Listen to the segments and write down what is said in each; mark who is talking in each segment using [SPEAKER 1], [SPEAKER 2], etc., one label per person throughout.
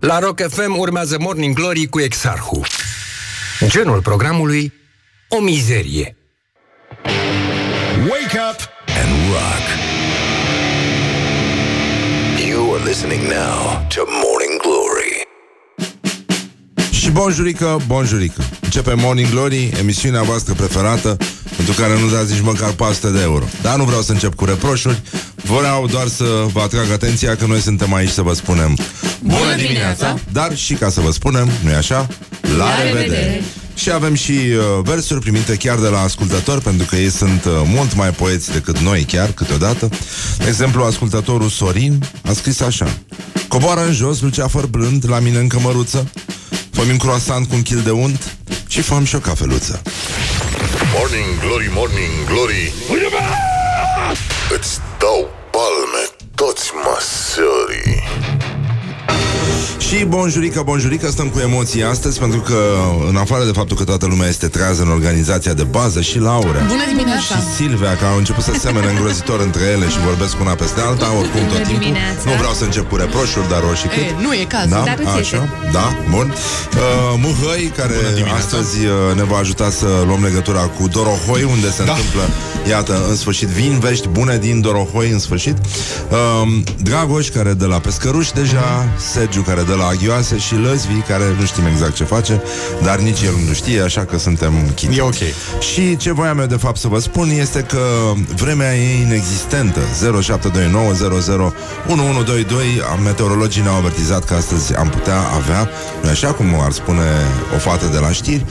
[SPEAKER 1] La Rock FM urmează Morning Glory cu Exarhu. Genul programului, o mizerie.
[SPEAKER 2] Wake up and rock.
[SPEAKER 3] You are listening now to Morning Glory.
[SPEAKER 2] Și bonjurică, bonjurică. Începe Morning Glory, emisiunea voastră preferată, pentru care nu dați nici măcar 400 de euro. Dar nu vreau să încep cu reproșuri, vreau doar să vă atrag atenția că noi suntem aici să vă spunem
[SPEAKER 4] Bună dimineața!
[SPEAKER 2] Dar și ca să vă spunem, nu-i așa? La,
[SPEAKER 4] La revedere!
[SPEAKER 2] Și avem și uh, versuri primite chiar de la ascultători, pentru că ei sunt uh, mult mai poeți decât noi chiar, câteodată. De exemplu, ascultătorul Sorin a scris așa. Coboară în jos luceafăr blând la mine în cămăruță, fă-mi un croissant cu un kil de unt și fă și o cafeluță.
[SPEAKER 3] Morning Glory, Morning Glory. Îți dau palme toți măsării.
[SPEAKER 2] Și bonjurică, bonjurică, stăm cu emoții astăzi Pentru că, în afară de faptul că toată lumea este trează în organizația de bază Și Laura
[SPEAKER 4] Bună dimineața!
[SPEAKER 2] și Silvia, că au început să semene îngrozitor între ele și vorbesc una peste alta, oricum tot timpul. Nu vreau să încep cu reproșuri, dar roșii cât.
[SPEAKER 4] E, nu e cazul.
[SPEAKER 2] Da,
[SPEAKER 4] Dar îți iese.
[SPEAKER 2] așa, da, bun. Uh, Muhăi, care astăzi uh, ne va ajuta să luăm legătura cu Dorohoi, unde se întâmplă, iată, în sfârșit, vin vești bune din Dorohoi, în sfârșit. Uh, Dragoș, care de la Pescăruși deja, Sergiu, care de la Aghioase și Lăzvi, care nu știm exact ce face, dar nici el nu știe, așa că suntem chini.
[SPEAKER 5] E ok.
[SPEAKER 2] Și ce voiam eu de fapt să vă spun este că vremea e inexistentă. 0729001122 meteorologii ne-au avertizat că astăzi am putea avea, nu așa cum ar spune o fată de la știri,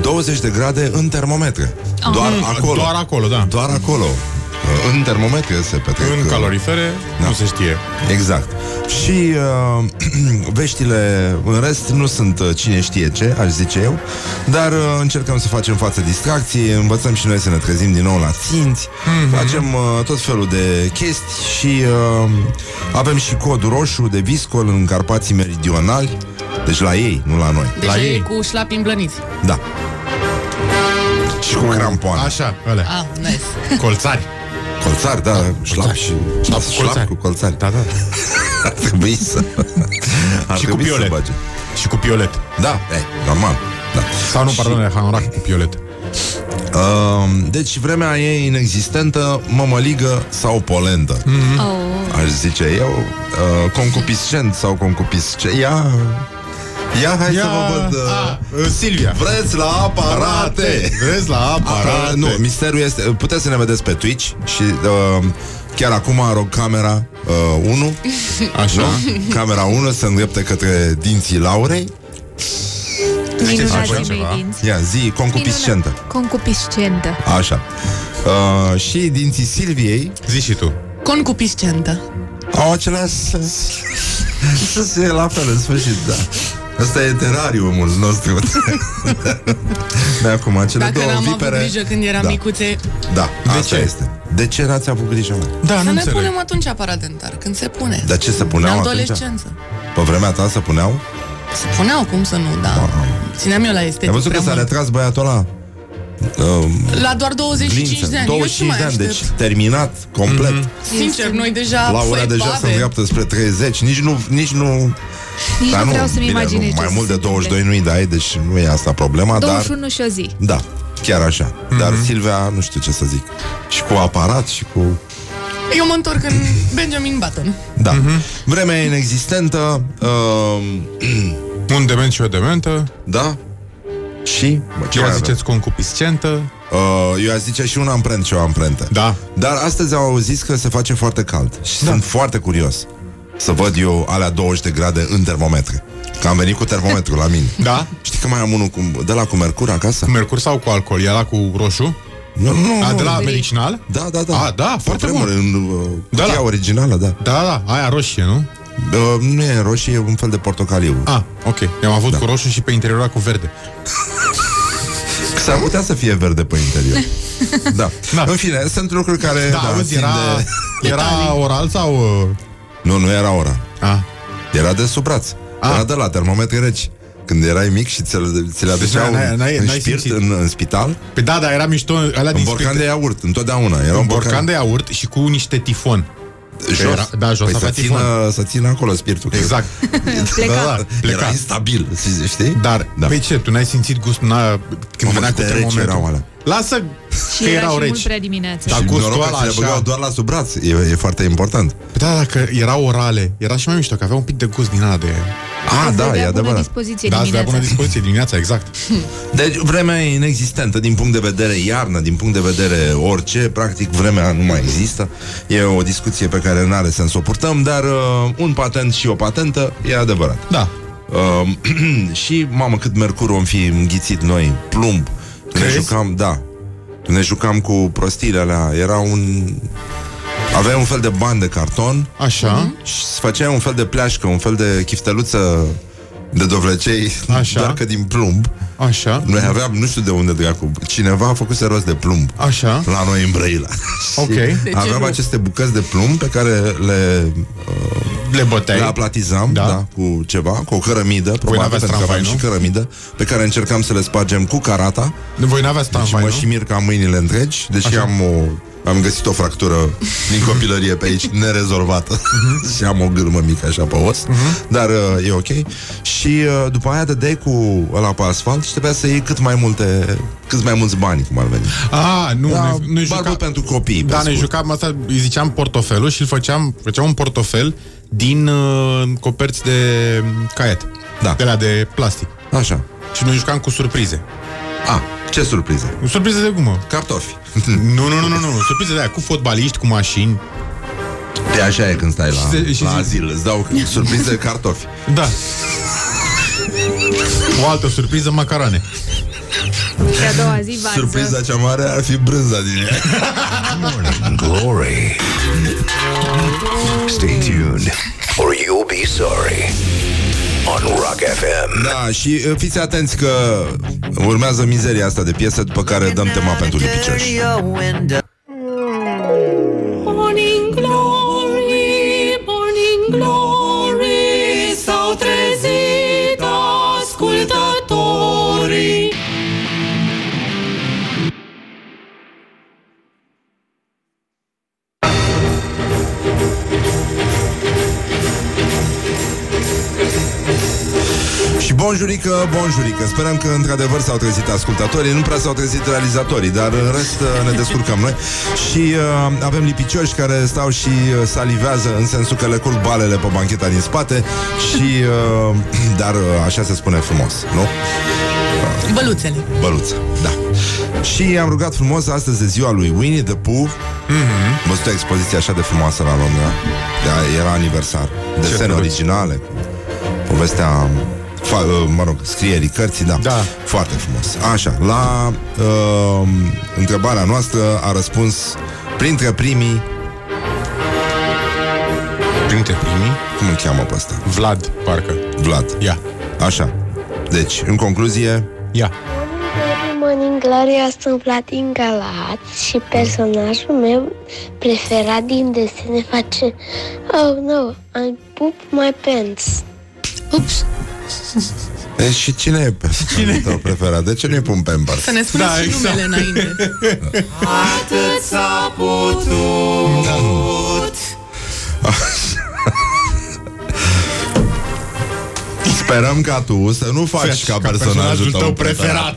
[SPEAKER 2] 20 de grade în termometre. Doar acolo.
[SPEAKER 5] Mhm. Doar acolo, da.
[SPEAKER 2] Doar acolo. În termometre se petrec.
[SPEAKER 5] În calorifere,
[SPEAKER 2] Da.
[SPEAKER 5] nu se știe.
[SPEAKER 2] Exact. Și uh, veștile, în rest, nu sunt uh, cine știe ce, aș zice eu, dar uh, încercăm să facem față distracției, învățăm și noi să ne trezim din nou la ținți,
[SPEAKER 5] Mhm.
[SPEAKER 2] mm-hmm. facem uh, tot felul de chestii și uh, avem și codul roșu de viscol în Carpații Meridionali, deci la ei, nu la noi.
[SPEAKER 4] Deci
[SPEAKER 5] La
[SPEAKER 4] e
[SPEAKER 5] ei.
[SPEAKER 4] cu șlapi îmblăniți.
[SPEAKER 2] Da. Și cu crampoane.
[SPEAKER 5] Așa, alea.
[SPEAKER 4] Ah, nice.
[SPEAKER 5] Colțari.
[SPEAKER 2] Colțar, da, șlap și șlap, șlap cu colțari.
[SPEAKER 5] Da, da.
[SPEAKER 2] Ar trebui să... Ar
[SPEAKER 5] Și cu
[SPEAKER 2] trebui să
[SPEAKER 5] piole.
[SPEAKER 2] bage.
[SPEAKER 5] Și cu piolet.
[SPEAKER 2] Da, e, normal. Da.
[SPEAKER 5] Sau nu, pardon, era hanorac cu piolet.
[SPEAKER 2] Uh, deci vremea e inexistentă, mămăligă sau polentă.
[SPEAKER 5] Hmm.
[SPEAKER 2] Mm-hmm.
[SPEAKER 6] Oh.
[SPEAKER 2] Aș zice eu, uh, concupiscent sau concupisce. Ia, ia hai ia. să vă văd. Uh,
[SPEAKER 5] A, uh, Silvia.
[SPEAKER 2] vreți la aparate!
[SPEAKER 5] Vezi la
[SPEAKER 2] Apa,
[SPEAKER 5] aparate.
[SPEAKER 2] nu, misterul este, puteți să ne vedeți pe Twitch și uh, chiar acum rog camera uh, 1,
[SPEAKER 5] Așa.
[SPEAKER 2] nu? camera 1 să îndrepte către dinții Laurei.
[SPEAKER 5] faci
[SPEAKER 6] Minunații
[SPEAKER 5] altceva?
[SPEAKER 6] mei dinți.
[SPEAKER 2] Ia, zi, concupiscentă.
[SPEAKER 6] Minunat. Concupiscentă.
[SPEAKER 2] Așa. Uh, și dinții Silviei
[SPEAKER 5] Zi și tu.
[SPEAKER 4] Concupiscentă.
[SPEAKER 2] Au același sens. Să e la fel, în sfârșit, da. Asta e terariumul nostru. de Da, acum, cele
[SPEAKER 4] Dacă
[SPEAKER 2] două
[SPEAKER 4] n-am
[SPEAKER 2] vipere...
[SPEAKER 4] avut grijă când eram
[SPEAKER 2] da.
[SPEAKER 4] micuțe,
[SPEAKER 2] Da, de asta
[SPEAKER 5] ce?
[SPEAKER 2] este. De ce n-ați avut grijă, mă?
[SPEAKER 5] Da,
[SPEAKER 4] să
[SPEAKER 5] nu
[SPEAKER 4] ne
[SPEAKER 5] înțeleg.
[SPEAKER 4] punem atunci aparat dentar, când se pune.
[SPEAKER 2] Dar ce se
[SPEAKER 4] În
[SPEAKER 2] puneau atunci?
[SPEAKER 4] adolescență.
[SPEAKER 2] Pe vremea ta se puneau?
[SPEAKER 4] Deci Se puneau, cum să nu, da. Țineam eu la
[SPEAKER 2] Ah, Ai
[SPEAKER 4] estetic
[SPEAKER 2] văzut că
[SPEAKER 4] prea
[SPEAKER 2] s-a
[SPEAKER 4] mult.
[SPEAKER 2] retras băiatul ăla? Uh,
[SPEAKER 4] La doar 25
[SPEAKER 2] glință.
[SPEAKER 4] de ani. eu
[SPEAKER 2] 25
[SPEAKER 4] ce
[SPEAKER 2] de
[SPEAKER 4] mai
[SPEAKER 2] ani,
[SPEAKER 4] aștept?
[SPEAKER 2] deci terminat, complet.
[SPEAKER 4] Sincer, noi deja...
[SPEAKER 2] Laura
[SPEAKER 4] foi,
[SPEAKER 2] deja se
[SPEAKER 4] babe.
[SPEAKER 2] îndreaptă spre 30, nici nu... Nici nu
[SPEAKER 6] Nici
[SPEAKER 2] dar
[SPEAKER 6] nu vreau să-mi
[SPEAKER 2] bine,
[SPEAKER 6] imaginez ce
[SPEAKER 2] nu, Mai
[SPEAKER 6] se
[SPEAKER 2] mult de
[SPEAKER 6] întâmplă.
[SPEAKER 2] 22 nu-i dai, deci nu e asta problema, dar...
[SPEAKER 6] 21 și o zi.
[SPEAKER 2] Da, chiar așa.
[SPEAKER 5] Mhm.
[SPEAKER 2] Mm-hmm. Dar Silvia, nu știu ce să zic. Și cu aparat și cu...
[SPEAKER 4] Eu mă întorc în Benjamin Button.
[SPEAKER 2] Da.
[SPEAKER 5] Mhm.
[SPEAKER 2] Mm-hmm. Vremea e inexistentă, uh,
[SPEAKER 5] Un dement și o dementă.
[SPEAKER 2] da? Și? Bă,
[SPEAKER 5] Ce
[SPEAKER 2] mai
[SPEAKER 5] vă
[SPEAKER 2] avem?
[SPEAKER 5] ziceți concupiscentă?
[SPEAKER 2] Uh, eu aș zice și un amprent și o amprentă.
[SPEAKER 5] Da.
[SPEAKER 2] Dar astăzi au auzit că se face foarte cald. Și da. sunt foarte curios să văd eu alea 20 de grade în termometre. Că am venit cu termometrul la mine.
[SPEAKER 5] Da.
[SPEAKER 2] Știi că mai am unul cu, de la cu mercur acasă?
[SPEAKER 5] Cu mercur sau cu alcool? E la cu roșu?
[SPEAKER 2] Nu, nu,
[SPEAKER 5] A,
[SPEAKER 2] nu.
[SPEAKER 5] de la medicinal?
[SPEAKER 2] Da, da, da.
[SPEAKER 5] A, da,
[SPEAKER 2] Pe
[SPEAKER 5] foarte
[SPEAKER 2] vremuri,
[SPEAKER 5] bun.
[SPEAKER 2] În uh,
[SPEAKER 5] Da,
[SPEAKER 2] cutia
[SPEAKER 5] da.
[SPEAKER 2] originală, da.
[SPEAKER 5] Da, da, aia roșie, nu?
[SPEAKER 2] Uh, nu e roșie, e un fel de portocaliu.
[SPEAKER 5] A, ok. Eu am avut da. cu roșu și pe interior cu verde.
[SPEAKER 2] S-ar putea să fie verde pe interior. Da.
[SPEAKER 5] Da.
[SPEAKER 2] În fine, sunt lucruri care...
[SPEAKER 5] Da, da auzi,
[SPEAKER 2] țin
[SPEAKER 5] era,
[SPEAKER 2] De...
[SPEAKER 5] de... era oral sau... uh,
[SPEAKER 2] Nu, nu era ora.
[SPEAKER 5] A,
[SPEAKER 2] Era de sub braț.
[SPEAKER 5] Ah.
[SPEAKER 2] Era de la termometri reci. Când erai mic și ți le, ți le aduceau
[SPEAKER 5] n-ai-
[SPEAKER 2] în,
[SPEAKER 5] n-ai-
[SPEAKER 2] în
[SPEAKER 5] n-ai
[SPEAKER 2] spirit,
[SPEAKER 5] simțit.
[SPEAKER 2] în, în spital,
[SPEAKER 5] Pe da, da, era mișto alea
[SPEAKER 2] în
[SPEAKER 5] din
[SPEAKER 2] borcan
[SPEAKER 5] spirit.
[SPEAKER 2] de iaurt, întotdeauna. Era
[SPEAKER 5] Un
[SPEAKER 2] un
[SPEAKER 5] borcan de iaurt și cu niște tifon.
[SPEAKER 2] Jos?
[SPEAKER 5] da, jos
[SPEAKER 2] păi
[SPEAKER 5] avea
[SPEAKER 2] să țină,
[SPEAKER 5] tifon.
[SPEAKER 2] să țină acolo spiritul.
[SPEAKER 5] Exact.
[SPEAKER 6] Pleca.
[SPEAKER 2] Da, da,
[SPEAKER 5] Pleca.
[SPEAKER 2] Era instabil, să știi?
[SPEAKER 5] Dar,
[SPEAKER 2] da.
[SPEAKER 5] da. pe ce, tu n-ai simțit gustul n-a, când
[SPEAKER 2] Mamă,
[SPEAKER 5] venea cu
[SPEAKER 2] cât de reci
[SPEAKER 5] termometru?
[SPEAKER 2] erau alea.
[SPEAKER 5] Lasă
[SPEAKER 6] Și
[SPEAKER 5] că
[SPEAKER 6] era
[SPEAKER 5] erau
[SPEAKER 6] și
[SPEAKER 5] reci.
[SPEAKER 6] mult prea dimineață.
[SPEAKER 5] Da.
[SPEAKER 2] Și
[SPEAKER 5] gustul
[SPEAKER 2] noroc că
[SPEAKER 5] ăla
[SPEAKER 2] se le
[SPEAKER 5] așa.
[SPEAKER 2] băgau doar la sub braț. E, e foarte important.
[SPEAKER 5] Da, dacă erau orale, era și mai mișto, că avea un pic de gust din ala de...
[SPEAKER 2] A, da, e
[SPEAKER 6] bună
[SPEAKER 2] adevărat.
[SPEAKER 6] dispoziție
[SPEAKER 5] Da, la bună
[SPEAKER 6] dimineața.
[SPEAKER 5] dispoziție dimineața, exact.
[SPEAKER 2] Deci vremea e inexistentă din punct de vedere iarnă, din punct de vedere orice, practic vremea nu mai există. E o discuție pe care nu are sens să o purtăm, dar uh, un patent și o patentă e adevărat.
[SPEAKER 5] Da.
[SPEAKER 2] Uh, și, mamă, cât mercur om fi înghițit noi, plumb. Ne
[SPEAKER 5] Crezi?
[SPEAKER 2] jucam, da. Ne jucam cu prostiile alea. Era un... Avea un fel de band de carton
[SPEAKER 5] Așa.
[SPEAKER 6] Mhm.
[SPEAKER 2] și se făcea un fel de pleașcă, un fel de chifteluță de dovlecei,
[SPEAKER 5] Așa.
[SPEAKER 2] doar că din plumb.
[SPEAKER 5] Așa.
[SPEAKER 2] Noi aveam, nu știu de unde dracu, cineva a făcut rost de plumb.
[SPEAKER 5] Așa.
[SPEAKER 2] La noi în Brăila.
[SPEAKER 5] Ok.
[SPEAKER 2] Și
[SPEAKER 5] De ce
[SPEAKER 2] aveam
[SPEAKER 4] nu?
[SPEAKER 2] aceste bucăți de plumb pe care le,
[SPEAKER 5] Le
[SPEAKER 2] le
[SPEAKER 5] băteai.
[SPEAKER 2] aplatizam da.
[SPEAKER 5] Da.
[SPEAKER 2] Da, cu ceva, cu o cărămidă, probabil
[SPEAKER 5] n-aveați
[SPEAKER 2] pentru că aveam
[SPEAKER 5] tramvai,
[SPEAKER 2] și
[SPEAKER 5] nu?
[SPEAKER 2] cărămidă, pe care încercam să le spargem cu carata
[SPEAKER 5] Voi n-aveați
[SPEAKER 2] și
[SPEAKER 5] tramvai,
[SPEAKER 2] Deci mă
[SPEAKER 5] nu?
[SPEAKER 2] și mir ca mâinile întregi, deși am o... Am găsit o fractură din copilărie pe aici, nerezolvată.
[SPEAKER 5] Mhm.
[SPEAKER 2] și am o gârmă mică așa pe os, dar uh, e ok. Și uh, după aia dădeai cu ăla pe asfalt și trebuia să iei cât mai multe, cât mai mulți bani, cum ar veni.
[SPEAKER 5] A, Ah, nu,
[SPEAKER 2] Da,
[SPEAKER 5] noi, noi
[SPEAKER 2] barbă
[SPEAKER 5] jucam...
[SPEAKER 2] pentru copii, pe
[SPEAKER 5] Da, ne
[SPEAKER 2] scurt.
[SPEAKER 5] jucam asta, îi ziceam portofelul și îl făceam, făceam un portofel din uh, coperți de um, caiet.
[SPEAKER 2] Da.
[SPEAKER 5] De la de plastic.
[SPEAKER 2] Așa.
[SPEAKER 5] Și noi jucam cu surprize.
[SPEAKER 2] A, ce surpriză.
[SPEAKER 5] Surprize de gumă.
[SPEAKER 2] Cartofi.
[SPEAKER 5] Nu, nu, nu, nu, nu. Surprize de aia, cu fotbaliști, cu mașini.
[SPEAKER 2] E așa e când stai la,
[SPEAKER 5] Și se- și
[SPEAKER 2] la
[SPEAKER 5] se-
[SPEAKER 2] azil, îți dau surprize cartofi.
[SPEAKER 5] Da. O altă surpriză, macarane.
[SPEAKER 6] Și a doua zi varză.
[SPEAKER 2] Surpriza cea mare ar fi brânza din ea.
[SPEAKER 3] Glory. Stay tuned, or you'll be sorry. On Rock FM.
[SPEAKER 2] Da, și uh, fiți atenți că urmează mizeria asta de piesă după care dăm tema pentru lipicioși.
[SPEAKER 7] Morning glory, morning glory, s-au trezit ascultătorii.
[SPEAKER 2] Și bonjurică, bonjurică. Sperăm că într-adevăr s-au trezit ascultătorii, nu prea s-au trezit realizatorii, dar în rest uh, ne descurcăm noi. Și uh, avem lipicioși care stau și uh, salivează în sensul că le curg balele pe bancheta din spate și uh, dar uh, așa se spune frumos, nu?
[SPEAKER 4] Băluțele.
[SPEAKER 2] Băluță, da. Și am rugat frumos astăzi de ziua lui Winnie the Pooh.
[SPEAKER 5] Mhm.
[SPEAKER 2] Mm-hmm. Văzut o expoziție așa de frumoasă la Londra. Da, era aniversar. Desene
[SPEAKER 5] drăguț.
[SPEAKER 2] originale. cu Povestea fa, uh, mă rog, scrierii cărții, da.
[SPEAKER 5] Da.
[SPEAKER 2] Foarte frumos. Așa, la uh, întrebarea noastră a răspuns printre primii,
[SPEAKER 5] Printre primii,
[SPEAKER 2] cum îl cheamă pe ăsta?
[SPEAKER 5] Vlad, parcă.
[SPEAKER 2] Vlad.
[SPEAKER 5] Ia,
[SPEAKER 2] Așa. Deci, în concluzie,
[SPEAKER 5] ia.
[SPEAKER 8] Morning Gloria sunt Platin Galați și personajul meu preferat din desene face Oh no, I poop my pants.
[SPEAKER 6] Ups,
[SPEAKER 2] e, și cine e personajul tău preferat? De ce nu-i pun Pampers?
[SPEAKER 4] Să ne spuneți
[SPEAKER 5] Da,
[SPEAKER 4] și
[SPEAKER 5] exact.
[SPEAKER 4] numele înainte.
[SPEAKER 7] Atât s-a
[SPEAKER 2] Da,
[SPEAKER 7] putut.
[SPEAKER 2] Sperăm ca tu să nu faci
[SPEAKER 5] Faci
[SPEAKER 2] ca, personajul tău, preferat.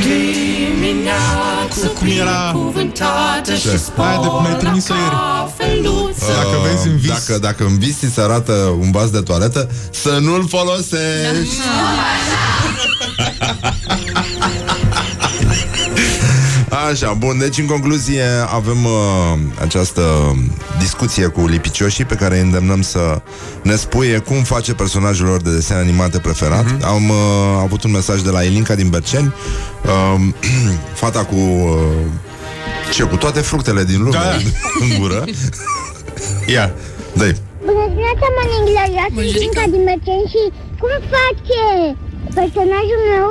[SPEAKER 7] Dimineață
[SPEAKER 5] Cum era?
[SPEAKER 7] binecuvântată
[SPEAKER 2] Ce?
[SPEAKER 7] și
[SPEAKER 5] Aia de-
[SPEAKER 7] spor
[SPEAKER 5] mi-ai trimis-o
[SPEAKER 7] la
[SPEAKER 5] ieri.
[SPEAKER 7] cafeluță.
[SPEAKER 5] Dacă vezi în vis.
[SPEAKER 2] Uh, Dacă, dacă în vis ți se arată un vas de toaletă, să nu-l folosești. Așa, bun, deci în concluzie avem uh, această discuție cu lipicioșii pe care îi îndemnăm să ne spuie cum face personajul lor de desene animate preferat.
[SPEAKER 5] Mhm.
[SPEAKER 2] Mm-hmm. Am uh, avut un mesaj de la Elinca din Berceni, uh, fata cu... Uh, ce, cu toate fructele din lume
[SPEAKER 5] Da.
[SPEAKER 2] în gură.
[SPEAKER 5] Ia.
[SPEAKER 2] Dă-i.
[SPEAKER 8] Bună dimineața, Morning Gloria, sunt
[SPEAKER 4] Bunjurică.
[SPEAKER 8] Inca din Măceni și cum face personajul meu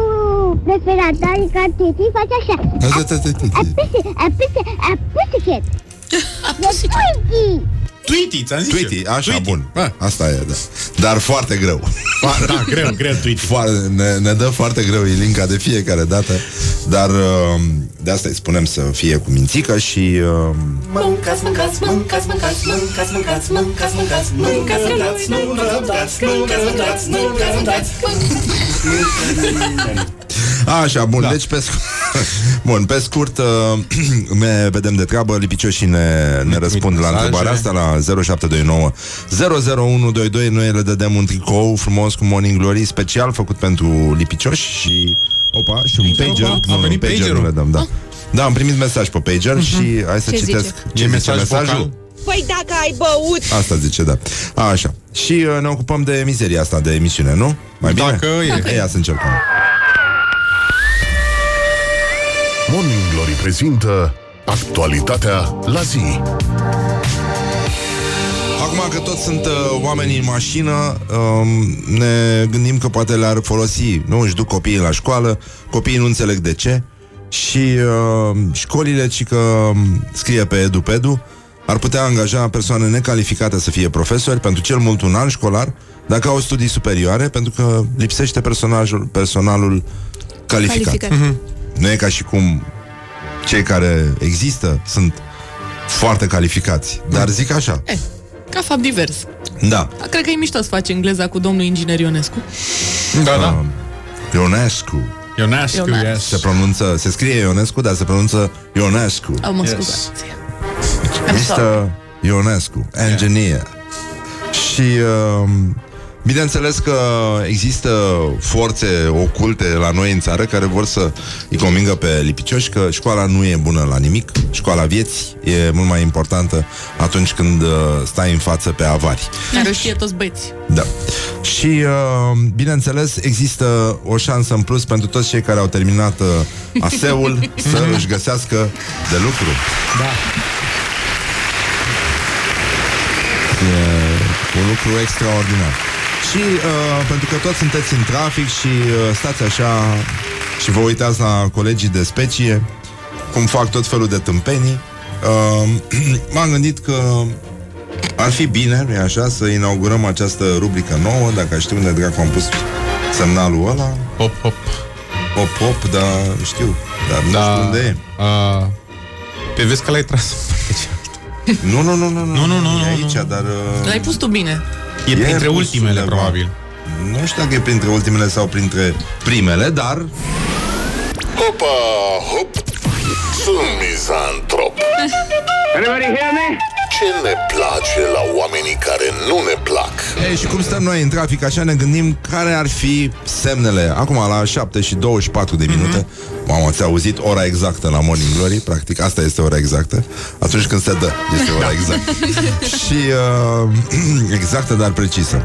[SPEAKER 8] preferat, adică Titi, face așa.
[SPEAKER 5] Da,
[SPEAKER 2] Hai, dă, dă, dă, dă.
[SPEAKER 8] A puse, a puse, a pussycat. A pussycat.
[SPEAKER 5] Tweety, ți-am zis
[SPEAKER 2] Tweety,
[SPEAKER 5] eu.
[SPEAKER 2] așa,
[SPEAKER 5] Tweety. Ah.
[SPEAKER 2] bun.
[SPEAKER 5] A.
[SPEAKER 2] Asta e, da. Dar foarte greu.
[SPEAKER 5] Ba, da, greu, greu Tweety.
[SPEAKER 2] Foarte, ne, ne dă foarte greu Ilinca de fiecare dată, dar uh, De asta îi spunem să fie cu mințică și... Uh,
[SPEAKER 7] Mâncați, mâncați, mâncați, mâncați, mâncați, mâncați, mâncați, mâncați, mâncați, mâncați, nu vă răbdați, mâncați, mâncați, nu vă răbdați,
[SPEAKER 2] Așa, bun, da. deci pe scurt, bun, pe scurt uh, ne vedem de treabă, lipicioșii ne, ne răspund la
[SPEAKER 5] mesaje.
[SPEAKER 2] întrebarea asta la 0729 00122, noi le dădem un tricou frumos cu Morning Glory special făcut pentru lipicioși și opa, și un pager,
[SPEAKER 5] box?
[SPEAKER 2] Nu,
[SPEAKER 5] A venit
[SPEAKER 2] un pager
[SPEAKER 5] pagerul. Ah.
[SPEAKER 2] nu le dăm, da. Da, am primit mesaj pe pager și hai să
[SPEAKER 6] Ce zice?
[SPEAKER 2] citesc
[SPEAKER 5] E mesaj vocal?
[SPEAKER 9] Păi dacă ai băut
[SPEAKER 2] Asta zice, da. Așa. Și uh, ne ocupăm de mizeria asta de emisiune, nu? Mai bine?
[SPEAKER 5] Dacă e. Dacă
[SPEAKER 2] e. Ia să încercăm.
[SPEAKER 10] Morning Glory prezintă Actualitatea la zi
[SPEAKER 2] Acum că toți sunt uh, oameni în mașină, um, ne gândim că poate le-ar folosi. Nu își duc copiii la școală, copiii nu înțeleg de ce și uh, școlile, ci că um, scrie pe EduPedu, ar putea angaja persoane necalificate să fie profesori pentru cel mult un an școlar, dacă au studii superioare, pentru că lipsește personajul, personalul calificat.
[SPEAKER 6] Calificat.
[SPEAKER 2] Nu e ca și cum cei care există sunt foarte calificați, dar zic așa.
[SPEAKER 4] Eh, ca fapt divers.
[SPEAKER 2] Da.
[SPEAKER 4] Cred că e mișto să faci engleza cu domnul inginer Ionescu.
[SPEAKER 5] Da, da.
[SPEAKER 2] Um, Ionescu.
[SPEAKER 5] Ionescu,
[SPEAKER 4] Ionescu.
[SPEAKER 5] yes.
[SPEAKER 2] Se pronunță, se scrie Ionescu, dar se pronunță Ionescu.
[SPEAKER 4] Am mă
[SPEAKER 5] Yes.
[SPEAKER 4] scuzați.
[SPEAKER 2] Mr. Ionescu, engineer. Și um, bineînțeles că există forțe oculte la noi în țară care vor să îi convingă pe lipicioși că școala nu e bună la nimic, școala vieții e mult mai importantă atunci când uh, stai în față pe avari.
[SPEAKER 4] Care o știe toți băieți.
[SPEAKER 2] Da. Și, uh, bineînțeles, există o șansă în plus pentru toți cei care au terminat uh, ASEUL să își găsească de lucru.
[SPEAKER 5] Da.
[SPEAKER 2] E un lucru extraordinar. Și uh, pentru că toți sunteți în trafic și uh, stați așa și vă uitați la colegii de specie, cum fac tot felul de tâmpenii, uh, m-am gândit că ar fi bine, nu așa, să inaugurăm această rubrică nouă, dacă știu unde dracu am pus semnalul ăla,
[SPEAKER 5] Hop, hop.
[SPEAKER 2] pop, pop, dar știu, dar nu
[SPEAKER 5] Da.
[SPEAKER 2] știu unde e.
[SPEAKER 5] A, pe Uh, vezi că l-ai tras.
[SPEAKER 2] Nu, nu, nu, nu,
[SPEAKER 5] Nu, nu, nu,
[SPEAKER 2] e
[SPEAKER 5] nu,
[SPEAKER 2] aici,
[SPEAKER 5] nu.
[SPEAKER 2] dar... uh,
[SPEAKER 4] L-ai pus tu bine.
[SPEAKER 5] E
[SPEAKER 2] E da.
[SPEAKER 5] printre
[SPEAKER 2] pus
[SPEAKER 5] ultimele,
[SPEAKER 2] undeva.
[SPEAKER 5] probabil.
[SPEAKER 2] Nu știu dacă e printre ultimele sau printre primele, dar
[SPEAKER 10] Hopa, hop Sunt mizantrop Ce ne place la oamenii care nu ne plac?
[SPEAKER 2] Ei, și cum stăm noi în trafic, așa ne gândim care ar fi semnele. Acum, la 7 și 24 de minute, mamă, ați auzit ora exactă la Morning Glory, practic, asta este ora exactă. Atunci când se dă, este ora exactă. și uh, exactă, dar precisă.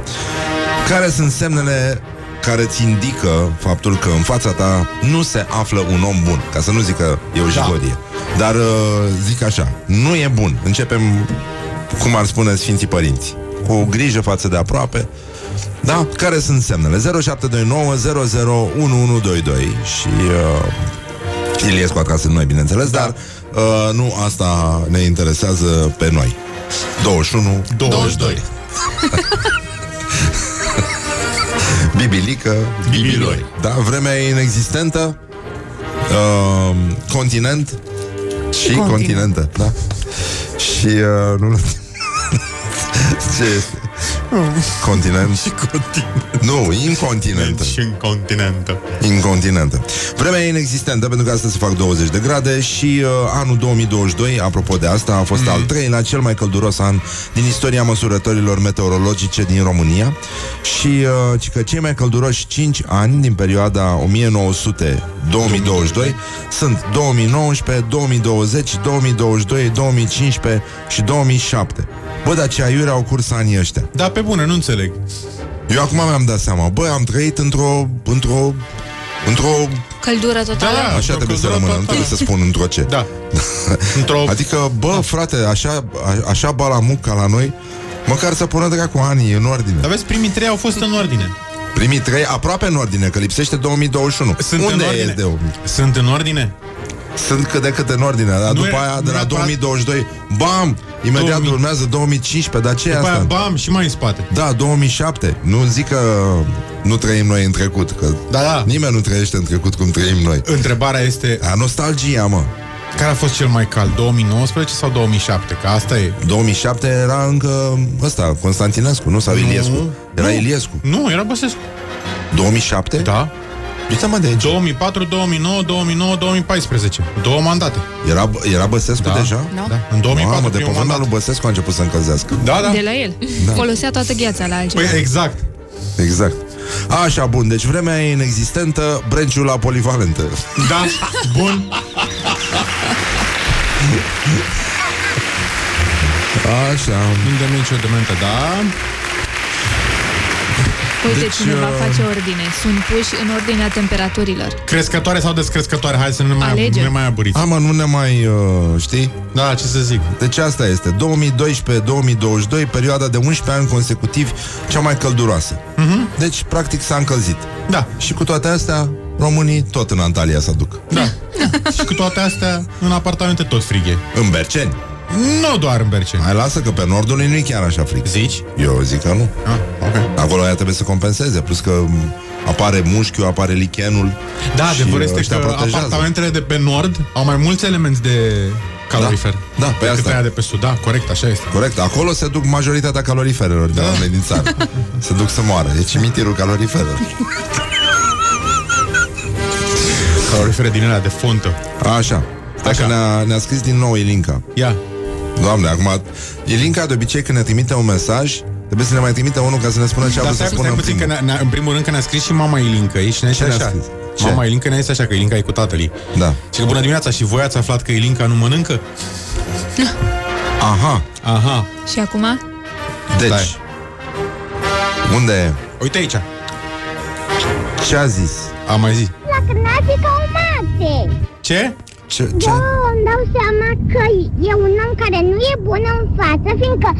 [SPEAKER 2] Care sunt semnele care îți indică faptul că în fața ta nu se află un om bun, ca să nu zic că e o jigodie. Dar uh, zic așa, nu e bun. Începem, cum ar spune Sfinții Părinți, cu o grijă față de aproape. Da? Care sunt semnele? 0729 001122 și uh, Iliescu acasă în noi, bineînțeles, dar uh, nu asta ne interesează pe noi. 21
[SPEAKER 5] 22.
[SPEAKER 2] Bibilică,
[SPEAKER 5] Bibiloi.
[SPEAKER 2] Da, vremea e inexistentă, uh, continent și
[SPEAKER 4] Continent.
[SPEAKER 2] continentă, da. Și uh, nu Ce este? Continent. Și continent. Deci, Nu, incontinentă.
[SPEAKER 5] Și în continentă.
[SPEAKER 2] Incontinentă. Vremea e inexistentă pentru că astăzi se fac 20 de grade și uh, anul 2022, apropo de asta, a fost al treilea cel mai călduros an din istoria măsurătorilor meteorologice din România și uh, ci că cei mai călduroși 5 ani din perioada 1900-2022 sunt 2019, 2020, 2022, 2015 și 2007. Bă, dar ce aiure au curs anii ăștia.
[SPEAKER 5] Da, pe bune, nu înțeleg.
[SPEAKER 2] Eu acum mi-am dat seama, băi, am trăit într-o... într-o... într-o...
[SPEAKER 6] Căldură totală.
[SPEAKER 5] Da,
[SPEAKER 2] Așa
[SPEAKER 5] într-o
[SPEAKER 2] trebuie să
[SPEAKER 5] căldură
[SPEAKER 2] rămână, nu
[SPEAKER 5] totală.
[SPEAKER 2] trebuie să spun într-o ce.
[SPEAKER 5] Da. Într-o...
[SPEAKER 2] Adică, bă, frate, așa, a, așa balamuc ca la noi, măcar să pună dracu anii în ordine.
[SPEAKER 5] Dar vezi, primii trei au fost în ordine.
[SPEAKER 2] Primii trei aproape în ordine, că lipsește 2021.
[SPEAKER 5] Sunt în
[SPEAKER 2] Unde
[SPEAKER 5] ordine.
[SPEAKER 2] e de
[SPEAKER 5] Sunt în ordine?
[SPEAKER 2] Sunt cât de cât în ordine, dar
[SPEAKER 5] Nu
[SPEAKER 2] după
[SPEAKER 5] e-
[SPEAKER 2] aia,
[SPEAKER 5] nu
[SPEAKER 2] de la
[SPEAKER 5] neapărat-
[SPEAKER 2] 2022, bam, imediat
[SPEAKER 5] 2000.
[SPEAKER 2] urmează 2015, dar ce e
[SPEAKER 5] După
[SPEAKER 2] asta?
[SPEAKER 5] aia, bam, și mai în spate.
[SPEAKER 2] Da, 2007. Nu zic că nu trăim noi în trecut, că da, da. nimeni nu trăiește în trecut cum trăim noi.
[SPEAKER 5] Întrebarea este...
[SPEAKER 2] A nostalgia, mă.
[SPEAKER 5] Care a fost cel mai cald, 2019 sau 2007? Că asta e...
[SPEAKER 2] 2007 era încă ăsta, Constantinescu, nu? Sau Iliescu. Era
[SPEAKER 5] Mhm. nu.
[SPEAKER 2] Iliescu.
[SPEAKER 5] Nu, era Băsescu.
[SPEAKER 2] 2007?
[SPEAKER 5] Da.
[SPEAKER 2] Du-te mă de aici.
[SPEAKER 5] 2004, 2009, 2009, 2014. Două mandate.
[SPEAKER 2] Era, era Băsescu
[SPEAKER 5] Da.
[SPEAKER 2] deja?
[SPEAKER 6] Da.
[SPEAKER 5] Da. În 2004
[SPEAKER 2] Mamă, de pe
[SPEAKER 5] primul
[SPEAKER 2] vremea
[SPEAKER 5] mandat.
[SPEAKER 2] lui Băsescu a început să încălzească.
[SPEAKER 5] Da, da.
[SPEAKER 6] De la el.
[SPEAKER 2] Da.
[SPEAKER 6] Da. Folosea toată gheața la altceva.
[SPEAKER 5] Păi exact.
[SPEAKER 2] Exact. Așa, bun, deci vremea e inexistentă, brenciul la polivalentă.
[SPEAKER 5] Da. Bun.
[SPEAKER 2] Așa.
[SPEAKER 5] Nu dăm nicio dementă, da.
[SPEAKER 6] Uite,
[SPEAKER 2] Deci,
[SPEAKER 6] deci, cineva
[SPEAKER 2] uh,
[SPEAKER 6] face ordine. Sunt puși în ordinea temperaturilor.
[SPEAKER 5] Crescătoare sau descrescătoare? Hai să nu ne mai,
[SPEAKER 6] Alege.
[SPEAKER 5] nu ne mai aburiți.
[SPEAKER 2] Amă, nu ne mai, uh, știi?
[SPEAKER 5] Da, ce să zic.
[SPEAKER 2] Deci asta este, 2012-2022, perioada de 11 ani consecutivi cea mai călduroasă.
[SPEAKER 5] Mhm.
[SPEAKER 2] Mm-hmm. Deci, practic, s-a încălzit.
[SPEAKER 5] Da.
[SPEAKER 2] Și cu toate astea, românii tot în Antalya se duc.
[SPEAKER 5] Da. Și cu toate astea, în apartamente tot frig e.
[SPEAKER 2] În Berceni.
[SPEAKER 5] Nu doar în Berceni.
[SPEAKER 2] Hai, lasă că pe nordul nu e chiar așa fric.
[SPEAKER 5] Zici?
[SPEAKER 2] Eu zic că nu.
[SPEAKER 5] Ah, ok.
[SPEAKER 2] Acolo aia trebuie să compenseze, plus că m, apare mușchiul, apare lichenul.
[SPEAKER 5] Da,
[SPEAKER 2] și uh,
[SPEAKER 5] adevărul este
[SPEAKER 2] ăștia
[SPEAKER 5] că
[SPEAKER 2] protejează.
[SPEAKER 5] apartamentele de pe nord au mai mulți elemente de calorifer.
[SPEAKER 2] Da, da, pe
[SPEAKER 5] decât
[SPEAKER 2] asta.
[SPEAKER 5] aia de pe sud. Da, corect, așa este.
[SPEAKER 2] Corect, acolo se duc majoritatea caloriferelor de la noi din țară. Se duc să moară. E cimitirul caloriferelor.
[SPEAKER 5] Calorifere din alea de fontă.
[SPEAKER 2] Așa. Așa.
[SPEAKER 5] Așa.
[SPEAKER 2] Ne-a, ne-a scris din nou Ilinca.
[SPEAKER 5] Ia.
[SPEAKER 2] Doamne, acum... Ilinca, de obicei, când ne trimite un mesaj, trebuie să ne mai trimite unul ca să ne spună ce a
[SPEAKER 5] Dar
[SPEAKER 2] vrut să
[SPEAKER 5] Da, stai,
[SPEAKER 2] spună
[SPEAKER 5] stai
[SPEAKER 2] în
[SPEAKER 5] puțin, că
[SPEAKER 2] primul.
[SPEAKER 5] ne-a, ne-a, în primul rând că ne-a scris și mama Ilinca ei și ne-a
[SPEAKER 2] Ce
[SPEAKER 5] zis
[SPEAKER 2] ne-a
[SPEAKER 5] așa.
[SPEAKER 2] scris? Ce?
[SPEAKER 5] Mama Ilinca ne-a zis așa, că Ilinca e cu tatăl ei.
[SPEAKER 2] Da.
[SPEAKER 5] Și că bună dimineața și voi ați aflat că Ilinca nu mănâncă?
[SPEAKER 2] Aha.
[SPEAKER 5] Aha.
[SPEAKER 6] Și acum?
[SPEAKER 2] Deci...
[SPEAKER 5] Stai.
[SPEAKER 2] Unde e?
[SPEAKER 5] Uite aici.
[SPEAKER 2] Ce a zis?
[SPEAKER 5] Am mai zis.
[SPEAKER 8] Nați ca o mate!
[SPEAKER 5] Ce?
[SPEAKER 2] Ce, ce?
[SPEAKER 8] Îmi dau seama că e un om care nu e bun în față, fiindcă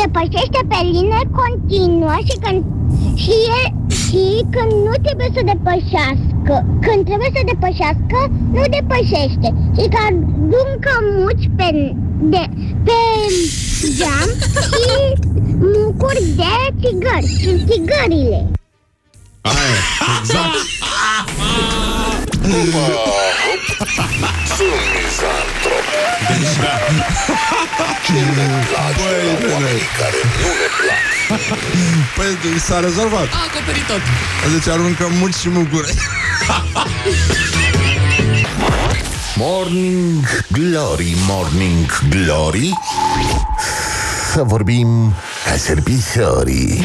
[SPEAKER 8] depășește pe linie continuă și când, și, e, și când nu trebuie să depășească. Când trebuie să depășească, nu depășește. Și că aruncă muci pe, de, pe geam și mucuri de țigări și țigările.
[SPEAKER 5] Aia, e, exact.
[SPEAKER 10] Sunt mizantrop.
[SPEAKER 2] Da. Băi, nene,
[SPEAKER 10] Care nu ne plac.
[SPEAKER 2] păi, s-a rezolvat.
[SPEAKER 4] A acoperit tot.
[SPEAKER 2] Deci aruncă mulți și mucuri.
[SPEAKER 3] Morning Glory, Morning Glory Să vorbim ca servisorii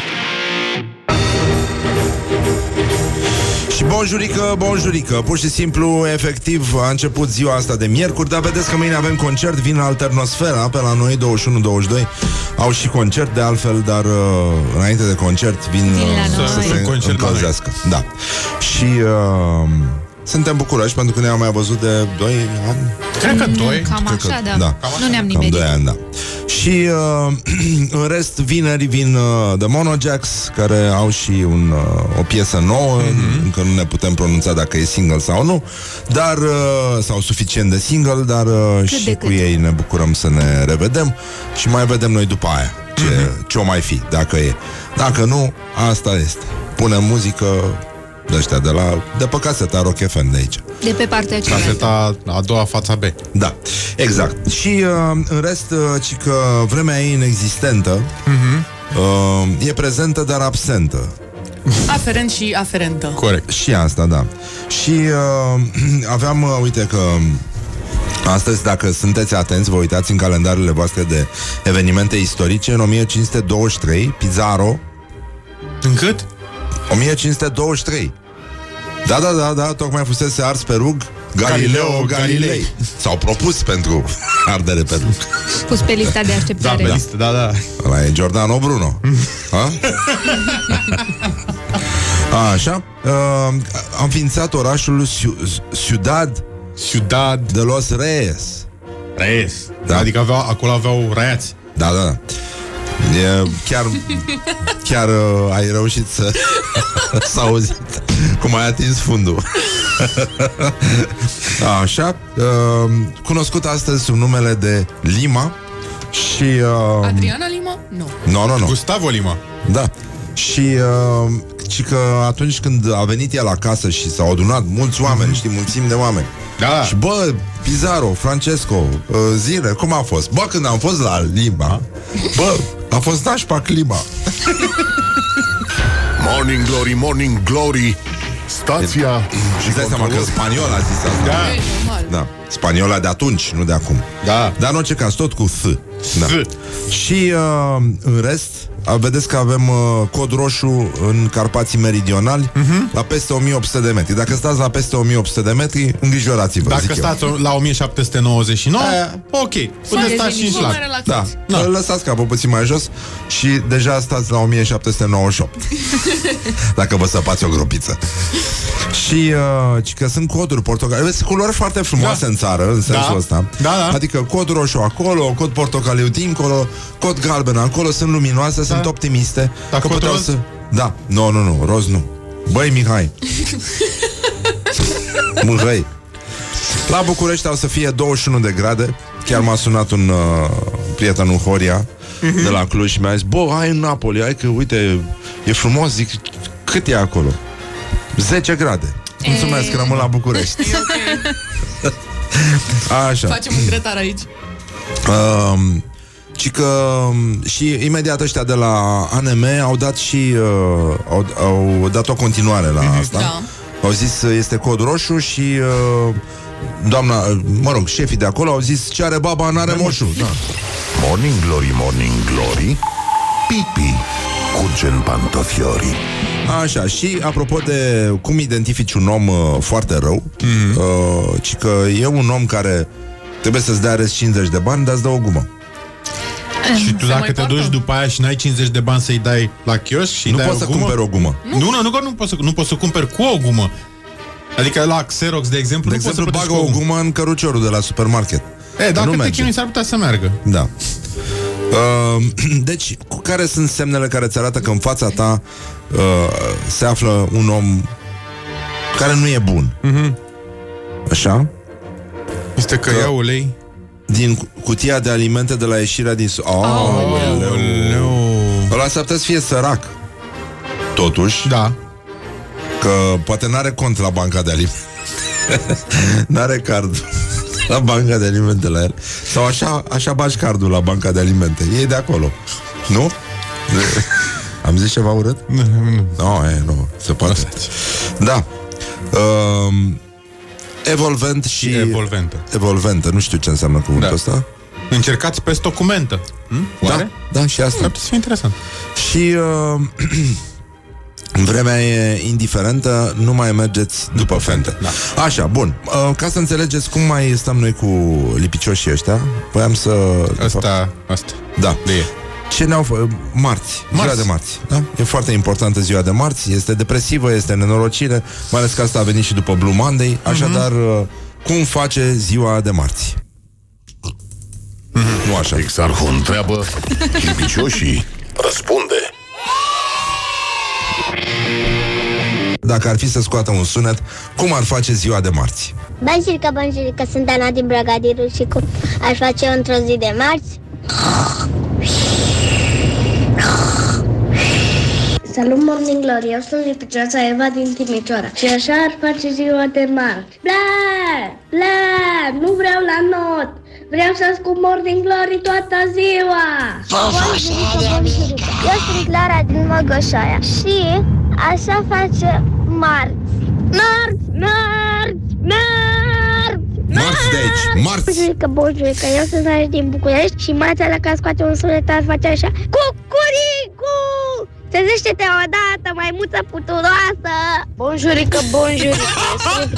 [SPEAKER 2] Și bonjurică, bonjurică Pur și simplu, efectiv, a început ziua asta de miercuri Dar vedeți că mâine avem concert Vin Alternosfera pe la noi 21-22 Au și concert de altfel Dar uh, înainte de concert
[SPEAKER 6] Vin
[SPEAKER 2] Vin
[SPEAKER 6] la
[SPEAKER 2] uh, să
[SPEAKER 6] noi.
[SPEAKER 2] se
[SPEAKER 5] Concert la
[SPEAKER 2] încălzească Da Și uh, suntem bucuroși Pentru că ne-am mai văzut de 2 ani
[SPEAKER 5] Cred că doi.
[SPEAKER 6] Cam
[SPEAKER 2] cred că-
[SPEAKER 6] așa, da.
[SPEAKER 2] da.
[SPEAKER 6] da. Nu ne-am
[SPEAKER 2] Cam
[SPEAKER 6] nimerit.
[SPEAKER 2] 2 ani, da. Și uh, în rest, vineri vin uh, The Monojacks, care au și un, uh, o piesă nouă, mm-hmm. încă nu ne putem pronunța dacă e single sau nu, dar uh, sau suficient de single, dar uh, și
[SPEAKER 6] de
[SPEAKER 2] cu
[SPEAKER 6] cât.
[SPEAKER 2] ei ne bucurăm să ne revedem și mai vedem noi după aia ce, mm-hmm. ce o mai fi, dacă e. Dacă nu, asta este. Punem muzică de ăștia de la... de pe caseta Rock FM de aici.
[SPEAKER 6] De pe partea cealaltă.
[SPEAKER 5] Caseta a doua, fața B.
[SPEAKER 2] Da, exact. Și uh, în rest, uh, ci că vremea e inexistentă, Mhm. uh, e prezentă, dar absentă.
[SPEAKER 4] Aferent și aferentă.
[SPEAKER 5] Corect.
[SPEAKER 2] Și asta, da. Și uh, aveam, uh, uite că astăzi, dacă sunteți atenți, vă uitați în calendarele voastre de evenimente istorice, în 1523, Pizarro,
[SPEAKER 5] Încât?
[SPEAKER 2] 1523. Da, da, da, da, tocmai fusese ars pe rug Galileo Galilei. S-au propus pentru ardere pe rug.
[SPEAKER 6] Pus pe lista
[SPEAKER 2] da,
[SPEAKER 6] de așteptare.
[SPEAKER 5] pe listă, da, da.
[SPEAKER 2] Ăla e Giordano Bruno. Ha? A, așa. Uh, a înființat orașul Ciu- Ciudad
[SPEAKER 5] Ciudad
[SPEAKER 2] de los Reyes.
[SPEAKER 5] Reyes.
[SPEAKER 2] Da.
[SPEAKER 5] Da. Adică aveau, acolo aveau raiați.
[SPEAKER 2] Da, da, da. E, chiar chiar uh, ai reușit să să auzi cum ai atins fundul. Așa. Uh, cunoscut astăzi sub numele de Lima și... Uh,
[SPEAKER 4] Adriana Lima? Nu.
[SPEAKER 2] nu, nu, nu.
[SPEAKER 5] Gustavo Lima.
[SPEAKER 2] Da. Și uh, ci că atunci când a venit el acasă și s-au adunat mulți oameni, știi, mulțimi de oameni. Da. Și bă, Pizarro, Francesco, uh, Zile, cum a fost? Bă, când am fost la Lima, bă, a fost nașpa clima.
[SPEAKER 10] Morning Glory, Morning Glory Stația și
[SPEAKER 2] Îți dai seama că
[SPEAKER 10] controlor.
[SPEAKER 2] spaniola a zis asta.
[SPEAKER 5] Da.
[SPEAKER 4] E normal.
[SPEAKER 2] Da. Spaniola de atunci, nu de acum.
[SPEAKER 5] Da.
[SPEAKER 2] Dar în orice caz, tot cu S. Da.
[SPEAKER 5] S.
[SPEAKER 2] Și uh, în rest, a, vedeți că avem uh, cod roșu în Carpații Meridionali,
[SPEAKER 5] Mhm.
[SPEAKER 2] uh-huh. la peste 1800 de metri. Dacă stați la peste 1800 de metri, îngrijorați-vă,
[SPEAKER 5] Dacă
[SPEAKER 2] zic
[SPEAKER 5] stați la 1799,
[SPEAKER 2] Aia.
[SPEAKER 5] ok, puteți sta și în
[SPEAKER 4] Vă mai
[SPEAKER 5] șlag.
[SPEAKER 2] eu.
[SPEAKER 4] relaxați.
[SPEAKER 2] Da, da. lăsați capul puțin mai jos și deja stați la 1798. Dacă vă săpați o gropiță. Și uh, ci că sunt coduri portocaliu. Vezi, culori foarte frumoase
[SPEAKER 5] Da.
[SPEAKER 2] da. în țară, în sensul
[SPEAKER 5] Da.
[SPEAKER 2] ăsta.
[SPEAKER 5] Da, da.
[SPEAKER 2] Adică cod roșu acolo, cod portocaliu dincolo, cod galben acolo, sunt luminoase, da. sunt optimiste.
[SPEAKER 5] Dar cod roz?
[SPEAKER 2] Da, nu, nu, nu, roz nu. Băi, Mihai. Mâhăi. La București au să fie 21 de grade. Chiar m-a sunat un uh, prieten, un Horia, de la Cluj și mi-a zis, bă, hai în Napoli, hai că, uite, e frumos, zic, cât e acolo? 10 grade. Mulțumesc, că rămân la București.
[SPEAKER 4] E ok.
[SPEAKER 2] Așa.
[SPEAKER 4] Facem un grătar aici.
[SPEAKER 2] Um, ci că um, și imediat ăștia de la ANM au dat și uh, au, au dat o continuare la
[SPEAKER 5] Mhm.
[SPEAKER 2] asta.
[SPEAKER 4] Da.
[SPEAKER 2] Au zis uh, este cod roșu și uh, doamna, uh, mă rog, șefii de acolo au zis ce are baba n-are moșu. Da.
[SPEAKER 10] Morning Glory, Morning Glory Pipi curge în pantofiori
[SPEAKER 2] Așa, și apropo de cum identifici un om uh, foarte rău,
[SPEAKER 5] Mhm.
[SPEAKER 2] mm-hmm. uh, ci că e un om care trebuie să-ți dea ales 50 de bani, dar îți dă o gumă.
[SPEAKER 5] Și tu
[SPEAKER 4] Se
[SPEAKER 5] dacă
[SPEAKER 4] mai
[SPEAKER 5] te
[SPEAKER 4] poartă?
[SPEAKER 5] duci după aia și n-ai 50 de bani să-i dai la chioșc și îi
[SPEAKER 2] nu
[SPEAKER 5] dai
[SPEAKER 2] poți
[SPEAKER 5] o
[SPEAKER 2] să
[SPEAKER 5] gumă,
[SPEAKER 2] cumperi o gumă.
[SPEAKER 5] Nu, nu, nu, că nu poți să, nu poți să cumperi cu o gumă. Adică la Xerox, de exemplu,
[SPEAKER 2] De
[SPEAKER 5] nu
[SPEAKER 2] exemplu,
[SPEAKER 5] poți să plătești
[SPEAKER 2] bagă o
[SPEAKER 5] cu o gumă.
[SPEAKER 2] gumă în căruciorul de la supermarket.
[SPEAKER 5] E,
[SPEAKER 2] nu
[SPEAKER 5] dacă te
[SPEAKER 2] merge.
[SPEAKER 5] chinui, s-ar putea să meargă.
[SPEAKER 2] Da. Uh, deci, cu care sunt semnele care îți arată că în fața ta uh, se află un om care nu e bun? Așa?
[SPEAKER 5] Mhm. Este că,
[SPEAKER 2] Că-
[SPEAKER 5] ia ulei.
[SPEAKER 2] Din cu- cutia de alimente de la ieșirea din... s- Aoleu. Ăla s-ar putea să fie sărac. Totuși,
[SPEAKER 5] Da.
[SPEAKER 2] că poate n-are cont la banca de alimente. n-are card la banca de alimente la el. Sau așa, așa bagi cardul la banca de alimente. E de acolo. Nu? De- Am zis ceva urât?
[SPEAKER 5] Nu, nu.
[SPEAKER 2] Nu, no, e, nu, se poate.
[SPEAKER 5] Lăsați.
[SPEAKER 2] Da. Um, evolvent și...
[SPEAKER 5] Evolventă.
[SPEAKER 2] Evolventă, nu știu ce înseamnă cuvântul
[SPEAKER 5] Da.
[SPEAKER 2] ăsta.
[SPEAKER 5] Încercați pe documentă. Hm?
[SPEAKER 2] Da,
[SPEAKER 5] Oare?
[SPEAKER 2] da, și asta.
[SPEAKER 5] Ar putea să fie interesant.
[SPEAKER 2] Și uh, vremea e indiferentă, nu mai mergeți după fente. Da. Așa, bun. Uh, ca să înțelegeți cum mai stăm noi cu lipicioșii ăștia, voiam să... de fapt,
[SPEAKER 5] Asta, asta.
[SPEAKER 2] Da.
[SPEAKER 5] De e.
[SPEAKER 2] Ce ne-au fă... Marți.
[SPEAKER 5] Marți.
[SPEAKER 2] Ziua de marți. Da? E foarte importantă ziua de marți. Este depresivă, este nenorocire, mai ales că asta a venit și după Blue Monday. Așadar, uh, cum face ziua de marți? Nu așa.
[SPEAKER 10] Exarhul întreabă Lipicioșii răspunde
[SPEAKER 2] Dacă ar fi să scoată un sunet, cum ar face ziua de marți?
[SPEAKER 8] Banjirica, banjirica, sunt Ana din Bragadiru și cum aș face într-o zi de marți. Salut, Morning Glory, eu sunt Lipicioasa Eva din Timișoara și așa ar face ziua de marți. Bla, bla, nu vreau la not, vreau să ascult Morning Glory toată ziua. Eu sunt Lara din Măgășoaia și așa face marți. Marți, marți, marți,
[SPEAKER 2] Marți, deci, marți!
[SPEAKER 8] Bunjurică, bunjurică, eu sunt Saj din București și mața la care scoate un sunet ar face așa Cucuricu! Trezește-te odată, maimuță puturoasă!
[SPEAKER 11] Bunjurică, bunjurică,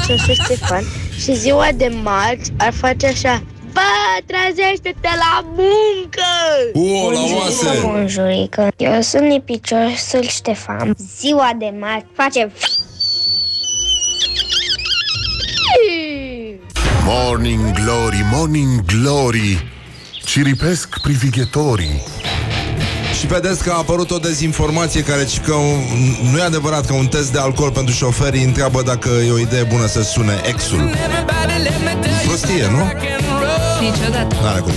[SPEAKER 11] sunt Stefan și ziua de marți ar face așa Bă, trezește-te la muncă!
[SPEAKER 2] O, la oase!
[SPEAKER 11] Bunjurică, eu sunt lipiciosul Ștefan Ziua de marți face
[SPEAKER 10] Morning Glory, Morning Glory Ciripesc privighetorii
[SPEAKER 2] Și vedeți că a apărut o dezinformație care ci că un- nu e adevărat că un test de alcool pentru șoferi întreabă dacă e o idee bună să sune exul. Prostie, nu?
[SPEAKER 6] Niciodată.
[SPEAKER 2] N-are cum.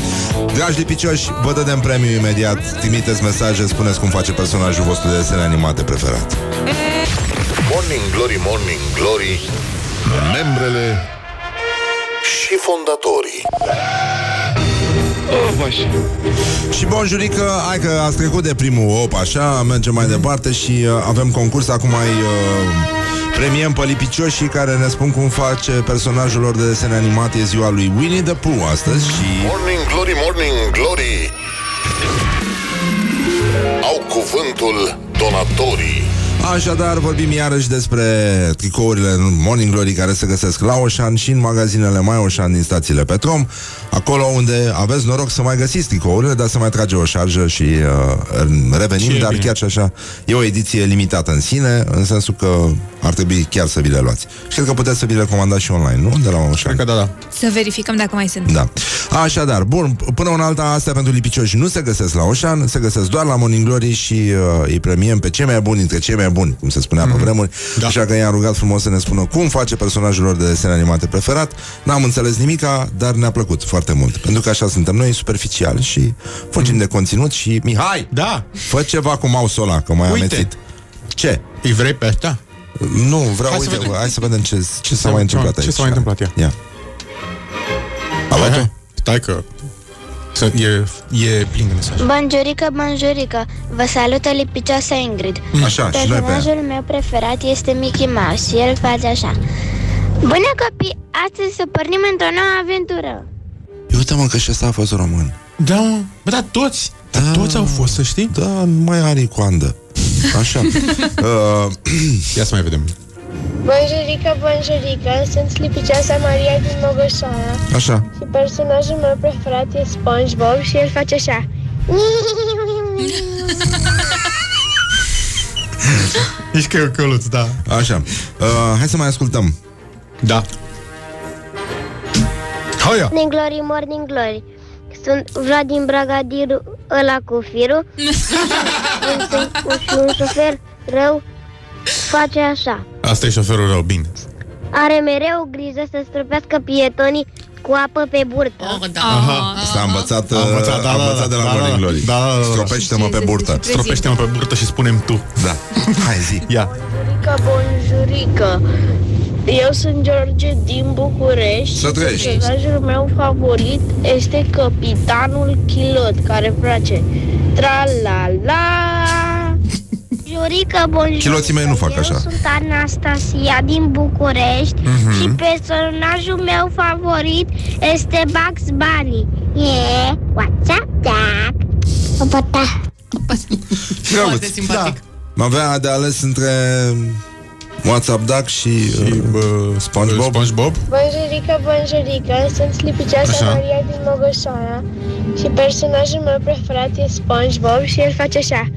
[SPEAKER 2] Dragi lipicioși, vă dădem premiu imediat. Trimiteți mesaje, spuneți cum face personajul vostru de desene animate preferat.
[SPEAKER 10] Morning Glory, Morning Glory Membrele și fondatorii
[SPEAKER 2] Oh, și bonjurică, hai că ați trecut de primul op, așa, mergem mai departe și uh, avem concurs, acum ai uh, premiem pe lipicioșii care ne spun cum face personajul lor de desene animate E ziua lui Winnie the Pooh astăzi și...
[SPEAKER 10] Morning Glory, Morning Glory Au cuvântul donatorii
[SPEAKER 2] Așadar, vorbim iarăși despre tricourile în Morning Glory care se găsesc la Oșan și în magazinele mai Oșan din stațiile Petrom, acolo unde aveți noroc să mai găsiți tricourile, dar să mai trage o șarjă și uh, revenim,
[SPEAKER 5] Și e
[SPEAKER 2] dar
[SPEAKER 5] bine.
[SPEAKER 2] chiar și așa e o ediție limitată în sine, în sensul că ar trebui chiar să vi le luați. Și cred că puteți să vi le comandați și online, nu? De la Oșan. Cred
[SPEAKER 5] că da, da.
[SPEAKER 6] Să verificăm dacă mai sunt.
[SPEAKER 2] Da. Așadar, bun, până una alta, astea pentru lipicioși nu se găsesc la Oșan, se găsesc doar la Morning Glory și uh, îi premiem pe cei mai buni dintre cei mai buni, cum se spunea
[SPEAKER 5] Mhm.
[SPEAKER 2] mm-hmm. pe vremuri. Da. Așa că i-am rugat frumos să ne spună cum face personajul lor de desene animate preferat. N-am înțeles nimica, dar ne-a plăcut foarte mult. Pentru că așa suntem noi, superficiali și
[SPEAKER 5] Mhm.
[SPEAKER 2] fugim mm-hmm. de conținut și Mihai,
[SPEAKER 5] da.
[SPEAKER 2] fă ceva cu mouse-ul ăla, că mai am
[SPEAKER 5] Uite.
[SPEAKER 2] amețit. Ce?
[SPEAKER 5] Îi vrei pe asta?
[SPEAKER 2] Nu, vreau, hai uite, să hai să vedem ce, ce s-a mai întâmplat
[SPEAKER 5] ce
[SPEAKER 2] aici.
[SPEAKER 5] Ce s-a mai întâmplat, ia.
[SPEAKER 2] ia. A
[SPEAKER 5] luat Stai că... să- E, e plin de mesaj.
[SPEAKER 11] Bonjurică, bonjurică, vă salută lipicioasa Ingrid.
[SPEAKER 2] Așa, Da, și noi pe aia.
[SPEAKER 11] Personajul meu preferat este Mickey Mouse și el face așa. Bună copii, astăzi să pornim într-o nouă aventură.
[SPEAKER 2] Ia Uite-mă că și ăsta a fost român.
[SPEAKER 5] Da, mă. Bă, da, toți. Da. Toți au fost, să știi?
[SPEAKER 2] Da, mai are coandă. Așa. uh,
[SPEAKER 5] Ia să mai vedem.
[SPEAKER 12] Bonjurică, bonjurică, sunt lipicioasa Maria din Mogoșoara
[SPEAKER 2] Așa.
[SPEAKER 12] și personajul meu preferat e SpongeBob și el face așa.
[SPEAKER 5] Ești că e o căluț, da.
[SPEAKER 2] Așa. Uh, hai să mai ascultăm.
[SPEAKER 5] Da. Haia!
[SPEAKER 8] Morning glory, morning glory Sunt Vladimir Bragadiru ăla cu firul Când sunt cu și un șofer rău Face așa
[SPEAKER 5] Asta e șoferul rău, bine.
[SPEAKER 8] Are mereu grijă să stropească pietonii cu apă pe burtă oh, da.
[SPEAKER 6] Ah,
[SPEAKER 5] Aha.
[SPEAKER 2] S-a învățat,
[SPEAKER 5] A învățat,
[SPEAKER 2] uh,
[SPEAKER 5] da,
[SPEAKER 2] a
[SPEAKER 5] da,
[SPEAKER 2] învățat
[SPEAKER 5] da,
[SPEAKER 2] de la
[SPEAKER 5] da,
[SPEAKER 2] Morning
[SPEAKER 5] da,
[SPEAKER 2] Glory.
[SPEAKER 5] da, da, da.
[SPEAKER 2] Stropește-mă pe burtă.
[SPEAKER 5] Stropește-mă pe burtă și spunem tu.
[SPEAKER 2] Da. Hai zi.
[SPEAKER 5] Ia.
[SPEAKER 12] Bonjurică, bonjurică, eu sunt George din București
[SPEAKER 2] Să trăiești.
[SPEAKER 12] personajul meu favorit este capitanul Chilot care face tra-la-la.
[SPEAKER 8] Jurică, bonjurică
[SPEAKER 2] Chiloții mei nu fac
[SPEAKER 8] Eu
[SPEAKER 2] așa. Mhm.
[SPEAKER 8] sunt Anastasia din București Și personajul meu favorit este Bugs Bunny Yeah, what's up, Jack? Opata
[SPEAKER 4] Foarte simpatic.
[SPEAKER 5] Da.
[SPEAKER 2] Avea de ales între WhatsApp Duck și, și uh, SpongeBob.
[SPEAKER 5] SpongeBob?
[SPEAKER 12] Bonjurică, bonjurică, sunt lipicioasa
[SPEAKER 2] Așa.
[SPEAKER 12] Maria din Mogoșoara și personajul meu preferat e SpongeBob și el face așa.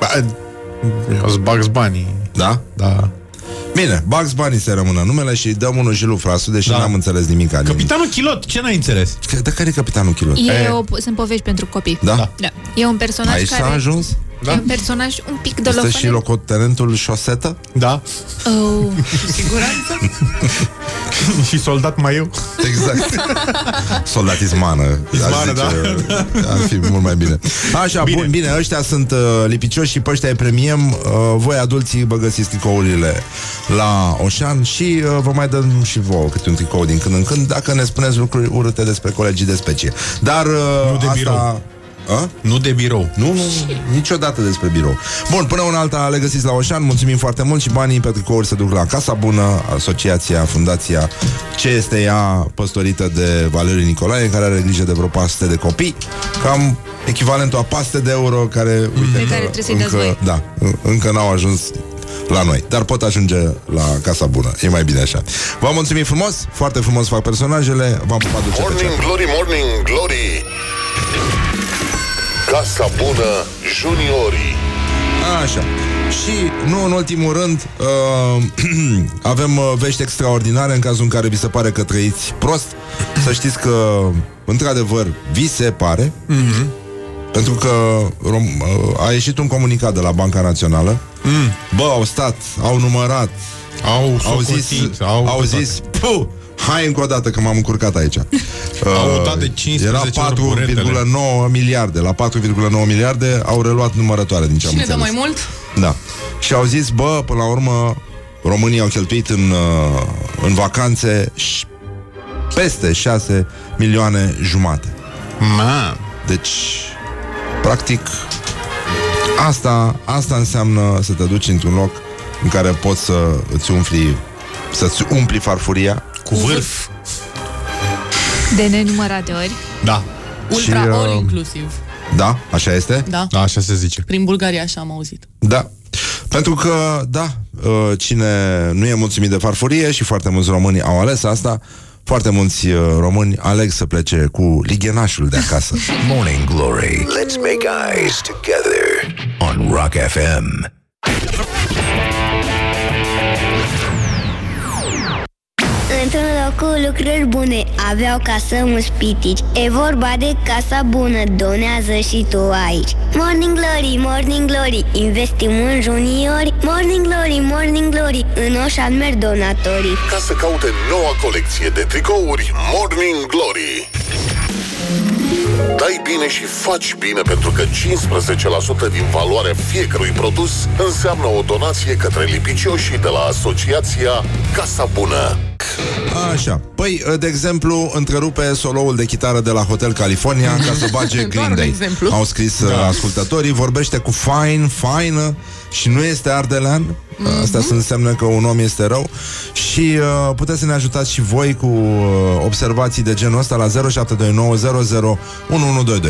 [SPEAKER 5] Ba,
[SPEAKER 2] eh,
[SPEAKER 5] eu sunt Bugs Bunny.
[SPEAKER 2] Da?
[SPEAKER 5] Da.
[SPEAKER 2] Bine, Bugs Bunny se rămână numele și dăm unul și lui Frasu, deși
[SPEAKER 5] Da.
[SPEAKER 2] n-am înțeles nimic. Capitan...
[SPEAKER 5] Capitanul Chilot, ce n-ai înțeles?
[SPEAKER 2] Dar care e capitanul Chilot?
[SPEAKER 6] E o, sunt povești pentru copii.
[SPEAKER 2] Eh. Da?
[SPEAKER 6] da. E un personaj
[SPEAKER 2] Aici
[SPEAKER 6] care...
[SPEAKER 2] s-a ajuns?
[SPEAKER 6] Da. E un personaj un pic
[SPEAKER 2] Este
[SPEAKER 6] dolofanel.
[SPEAKER 2] și locotenentul șosetă?
[SPEAKER 5] Da.
[SPEAKER 6] Oh.
[SPEAKER 4] Siguranță?
[SPEAKER 5] și soldat mai eu.
[SPEAKER 2] Exact. Soldat izmană. uh,
[SPEAKER 5] Izmană, da.
[SPEAKER 2] Ar fi mult mai bine. Așa, bine. bun, bine, ăștia sunt uh, lipicioși și pe ăștia îi premiem. Uh, voi, adulții, vă găsiți tricourile la Oșan și uh, vă mai dăm și vouă câte un tricou din când în când, dacă ne spuneți lucruri urâte despre colegii de specie. Dar uh,
[SPEAKER 5] Nu de
[SPEAKER 2] asta...
[SPEAKER 5] birou.
[SPEAKER 2] A?
[SPEAKER 5] Nu de birou.
[SPEAKER 2] Nu, nu, niciodată despre birou. Bun, până una alta le găsiți la Oșan, mulțumim foarte mult și banii pe tricouri se duc la Casa Bună, asociația, fundația, ce este ea păstorită de Valeriu Nicolae, care are grijă de vreo paste de copii, cam echivalentul a paste de euro care,
[SPEAKER 6] Pe
[SPEAKER 2] uite, că
[SPEAKER 6] Mm. care trebuie să-i dați
[SPEAKER 2] încă,
[SPEAKER 6] voi.
[SPEAKER 2] da, în- încă n-au ajuns la noi, dar pot ajunge la Casa Bună, e mai bine așa. V-am mulțumit frumos, foarte frumos fac personajele, v-am pupat dulce pe
[SPEAKER 10] Morning
[SPEAKER 2] ceapă.
[SPEAKER 10] Glory, Morning Glory Casa Bună Juniorii
[SPEAKER 2] Așa. Și, nu în ultimul rând, uh, avem uh, vești extraordinare în cazul în care vi se pare că trăiți prost. Să știți că, într-adevăr, vi se pare.
[SPEAKER 5] Mhm.
[SPEAKER 2] Pentru că rom, uh, a ieșit un comunicat de la Banca Națională.
[SPEAKER 5] Mm.
[SPEAKER 2] Bă, au stat, au numărat,
[SPEAKER 5] Au
[SPEAKER 2] au zis,
[SPEAKER 5] socotit,
[SPEAKER 2] au,
[SPEAKER 5] au
[SPEAKER 2] au zis, puh, Hai încă o dată că m-am încurcat aici. Uh,
[SPEAKER 5] mutat de 15
[SPEAKER 2] Era
[SPEAKER 5] ori
[SPEAKER 2] 4,9 miliarde. La 4,9 miliarde au reluat numărătoare din ce am
[SPEAKER 4] Cine dă
[SPEAKER 2] înțeles.
[SPEAKER 4] mai mult?
[SPEAKER 2] Da. Și au zis, bă, până la urmă, românii au cheltuit în, uh, în vacanțe ș- peste 6 milioane jumate. Ma. Deci, practic, asta, asta înseamnă să te duci într-un loc în care poți să îți umfli, să-ți umpli farfuria. Cu vârf.
[SPEAKER 6] De nenumărate ori.
[SPEAKER 2] Da.
[SPEAKER 4] Ultra all inclusiv.
[SPEAKER 2] Da, așa este?
[SPEAKER 4] Da.
[SPEAKER 2] da așa se zice.
[SPEAKER 4] Prin Bulgaria așa am auzit.
[SPEAKER 2] Da. Pentru că, da, uh, cine nu e mulțumit de farfurie și foarte mulți români au ales asta, foarte mulți uh, români aleg să plece cu lighenașul de acasă. Morning Glory.
[SPEAKER 3] Let's make eyes together on Rock FM.
[SPEAKER 13] Într-un loc cu lucruri bune Aveau casă mulți pitici E vorba de casa bună Donează și tu aici Morning Glory, Morning Glory Investim în juniori Morning Glory, Morning Glory În Oșan merg donatorii
[SPEAKER 10] Ca să caute noua colecție de tricouri Morning Glory. Dai bine și faci bine pentru că 15% din valoarea fiecărui produs înseamnă o donație către lipicioșii de la asociația Casa Bună.
[SPEAKER 2] Așa. Păi, uh, de exemplu, întrerupe soloul de chitară de la Hotel California ca să bage Green
[SPEAKER 7] un
[SPEAKER 2] Day.
[SPEAKER 7] exemplu.
[SPEAKER 2] Au scris uh, ascultătorii, vorbește cu fine, faină și nu este ardelean. Mm-hmm. Asta înseamnă că un om este rău Și uh, puteți să ne ajutați și voi Cu uh, observații de genul ăsta La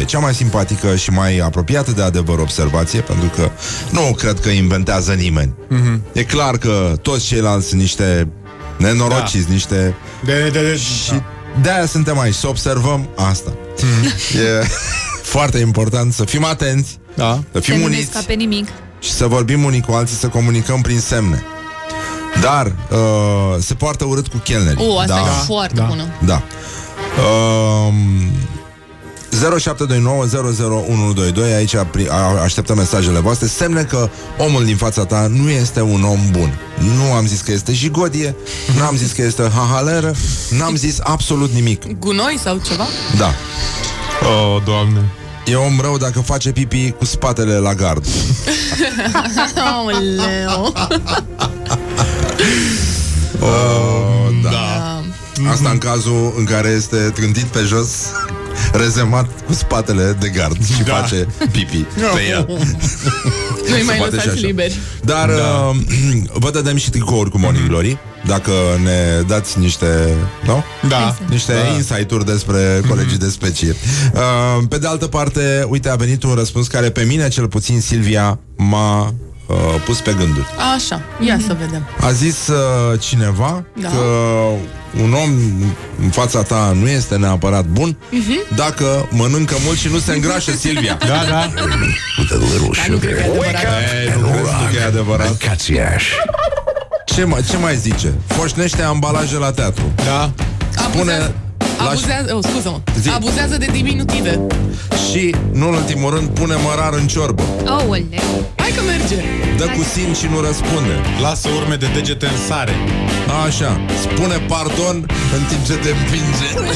[SPEAKER 2] 0729001122 Cea mai simpatică și mai apropiată De adevăr observație Pentru că nu cred că inventează nimeni
[SPEAKER 5] Mhm.
[SPEAKER 2] E clar că toți ceilalți sunt niște nenorociți, da. niște... De, de, de, și de-aia suntem aici, să observăm asta. e foarte important să fim atenți, da.
[SPEAKER 6] Să
[SPEAKER 2] să fim
[SPEAKER 6] nu ne
[SPEAKER 2] uniți
[SPEAKER 6] scape nimic.
[SPEAKER 2] și să vorbim unii cu alții, să comunicăm prin semne. Dar uh, se poartă urât cu chelnerii.
[SPEAKER 4] O, asta e foarte
[SPEAKER 2] da.
[SPEAKER 4] bună.
[SPEAKER 2] Da. Um, 0729001122 Aici pri- a- așteptăm mesajele voastre Semne că omul din fața ta nu este un om bun Nu am zis că este jigodie N-am zis că este hahaleră N-am zis absolut nimic
[SPEAKER 4] Gunoi sau ceva?
[SPEAKER 2] Da oh, Doamne E om rău dacă face pipi cu spatele la gard
[SPEAKER 4] Aoleu.
[SPEAKER 2] Oh, da. Asta în cazul în care este trântit pe jos, rezemat cu spatele de gard și da. face pipi pe
[SPEAKER 5] Da.
[SPEAKER 2] ea.
[SPEAKER 4] Nu-i
[SPEAKER 2] Se
[SPEAKER 4] mai
[SPEAKER 2] poate și
[SPEAKER 4] lăsați
[SPEAKER 2] așa.
[SPEAKER 4] liberi.
[SPEAKER 2] Dar da. Mhm. uh, vă dădem și tricouri cu Morning Glory, dacă ne dați niște, nu? Da. Niște da. Mhm. insight-uri despre colegii de specie. Uh, pe de altă parte, uite, a venit un răspuns care pe mine, cel puțin Silvia, m-a uh, pus pe gânduri.
[SPEAKER 4] Așa, ia să vedem.
[SPEAKER 2] A zis uh, cineva
[SPEAKER 4] Da.
[SPEAKER 2] că un om în fața ta nu este neapărat bun
[SPEAKER 4] Mhm.
[SPEAKER 2] dacă mănâncă mult și nu se îngrașă, Silvia. Da, da.
[SPEAKER 3] With a little sugar
[SPEAKER 5] Păi
[SPEAKER 3] and rock.
[SPEAKER 2] Că e adevărat.
[SPEAKER 3] Cațiaș.
[SPEAKER 2] Ce, mai, ce mai zice? Foșnește ambalaje la teatru. Da. Spune...
[SPEAKER 4] Abuzează, oh, scuză-mă. Abuzează de diminutive.
[SPEAKER 2] Și, nu în ultimul rând, pune mărar în ciorbă.
[SPEAKER 6] Aoleu.
[SPEAKER 4] Hai că merge.
[SPEAKER 2] Dă cu sin și nu răspunde.
[SPEAKER 5] Lasă urme de degete în sare.
[SPEAKER 2] Așa. Spune pardon în timp ce te împinge.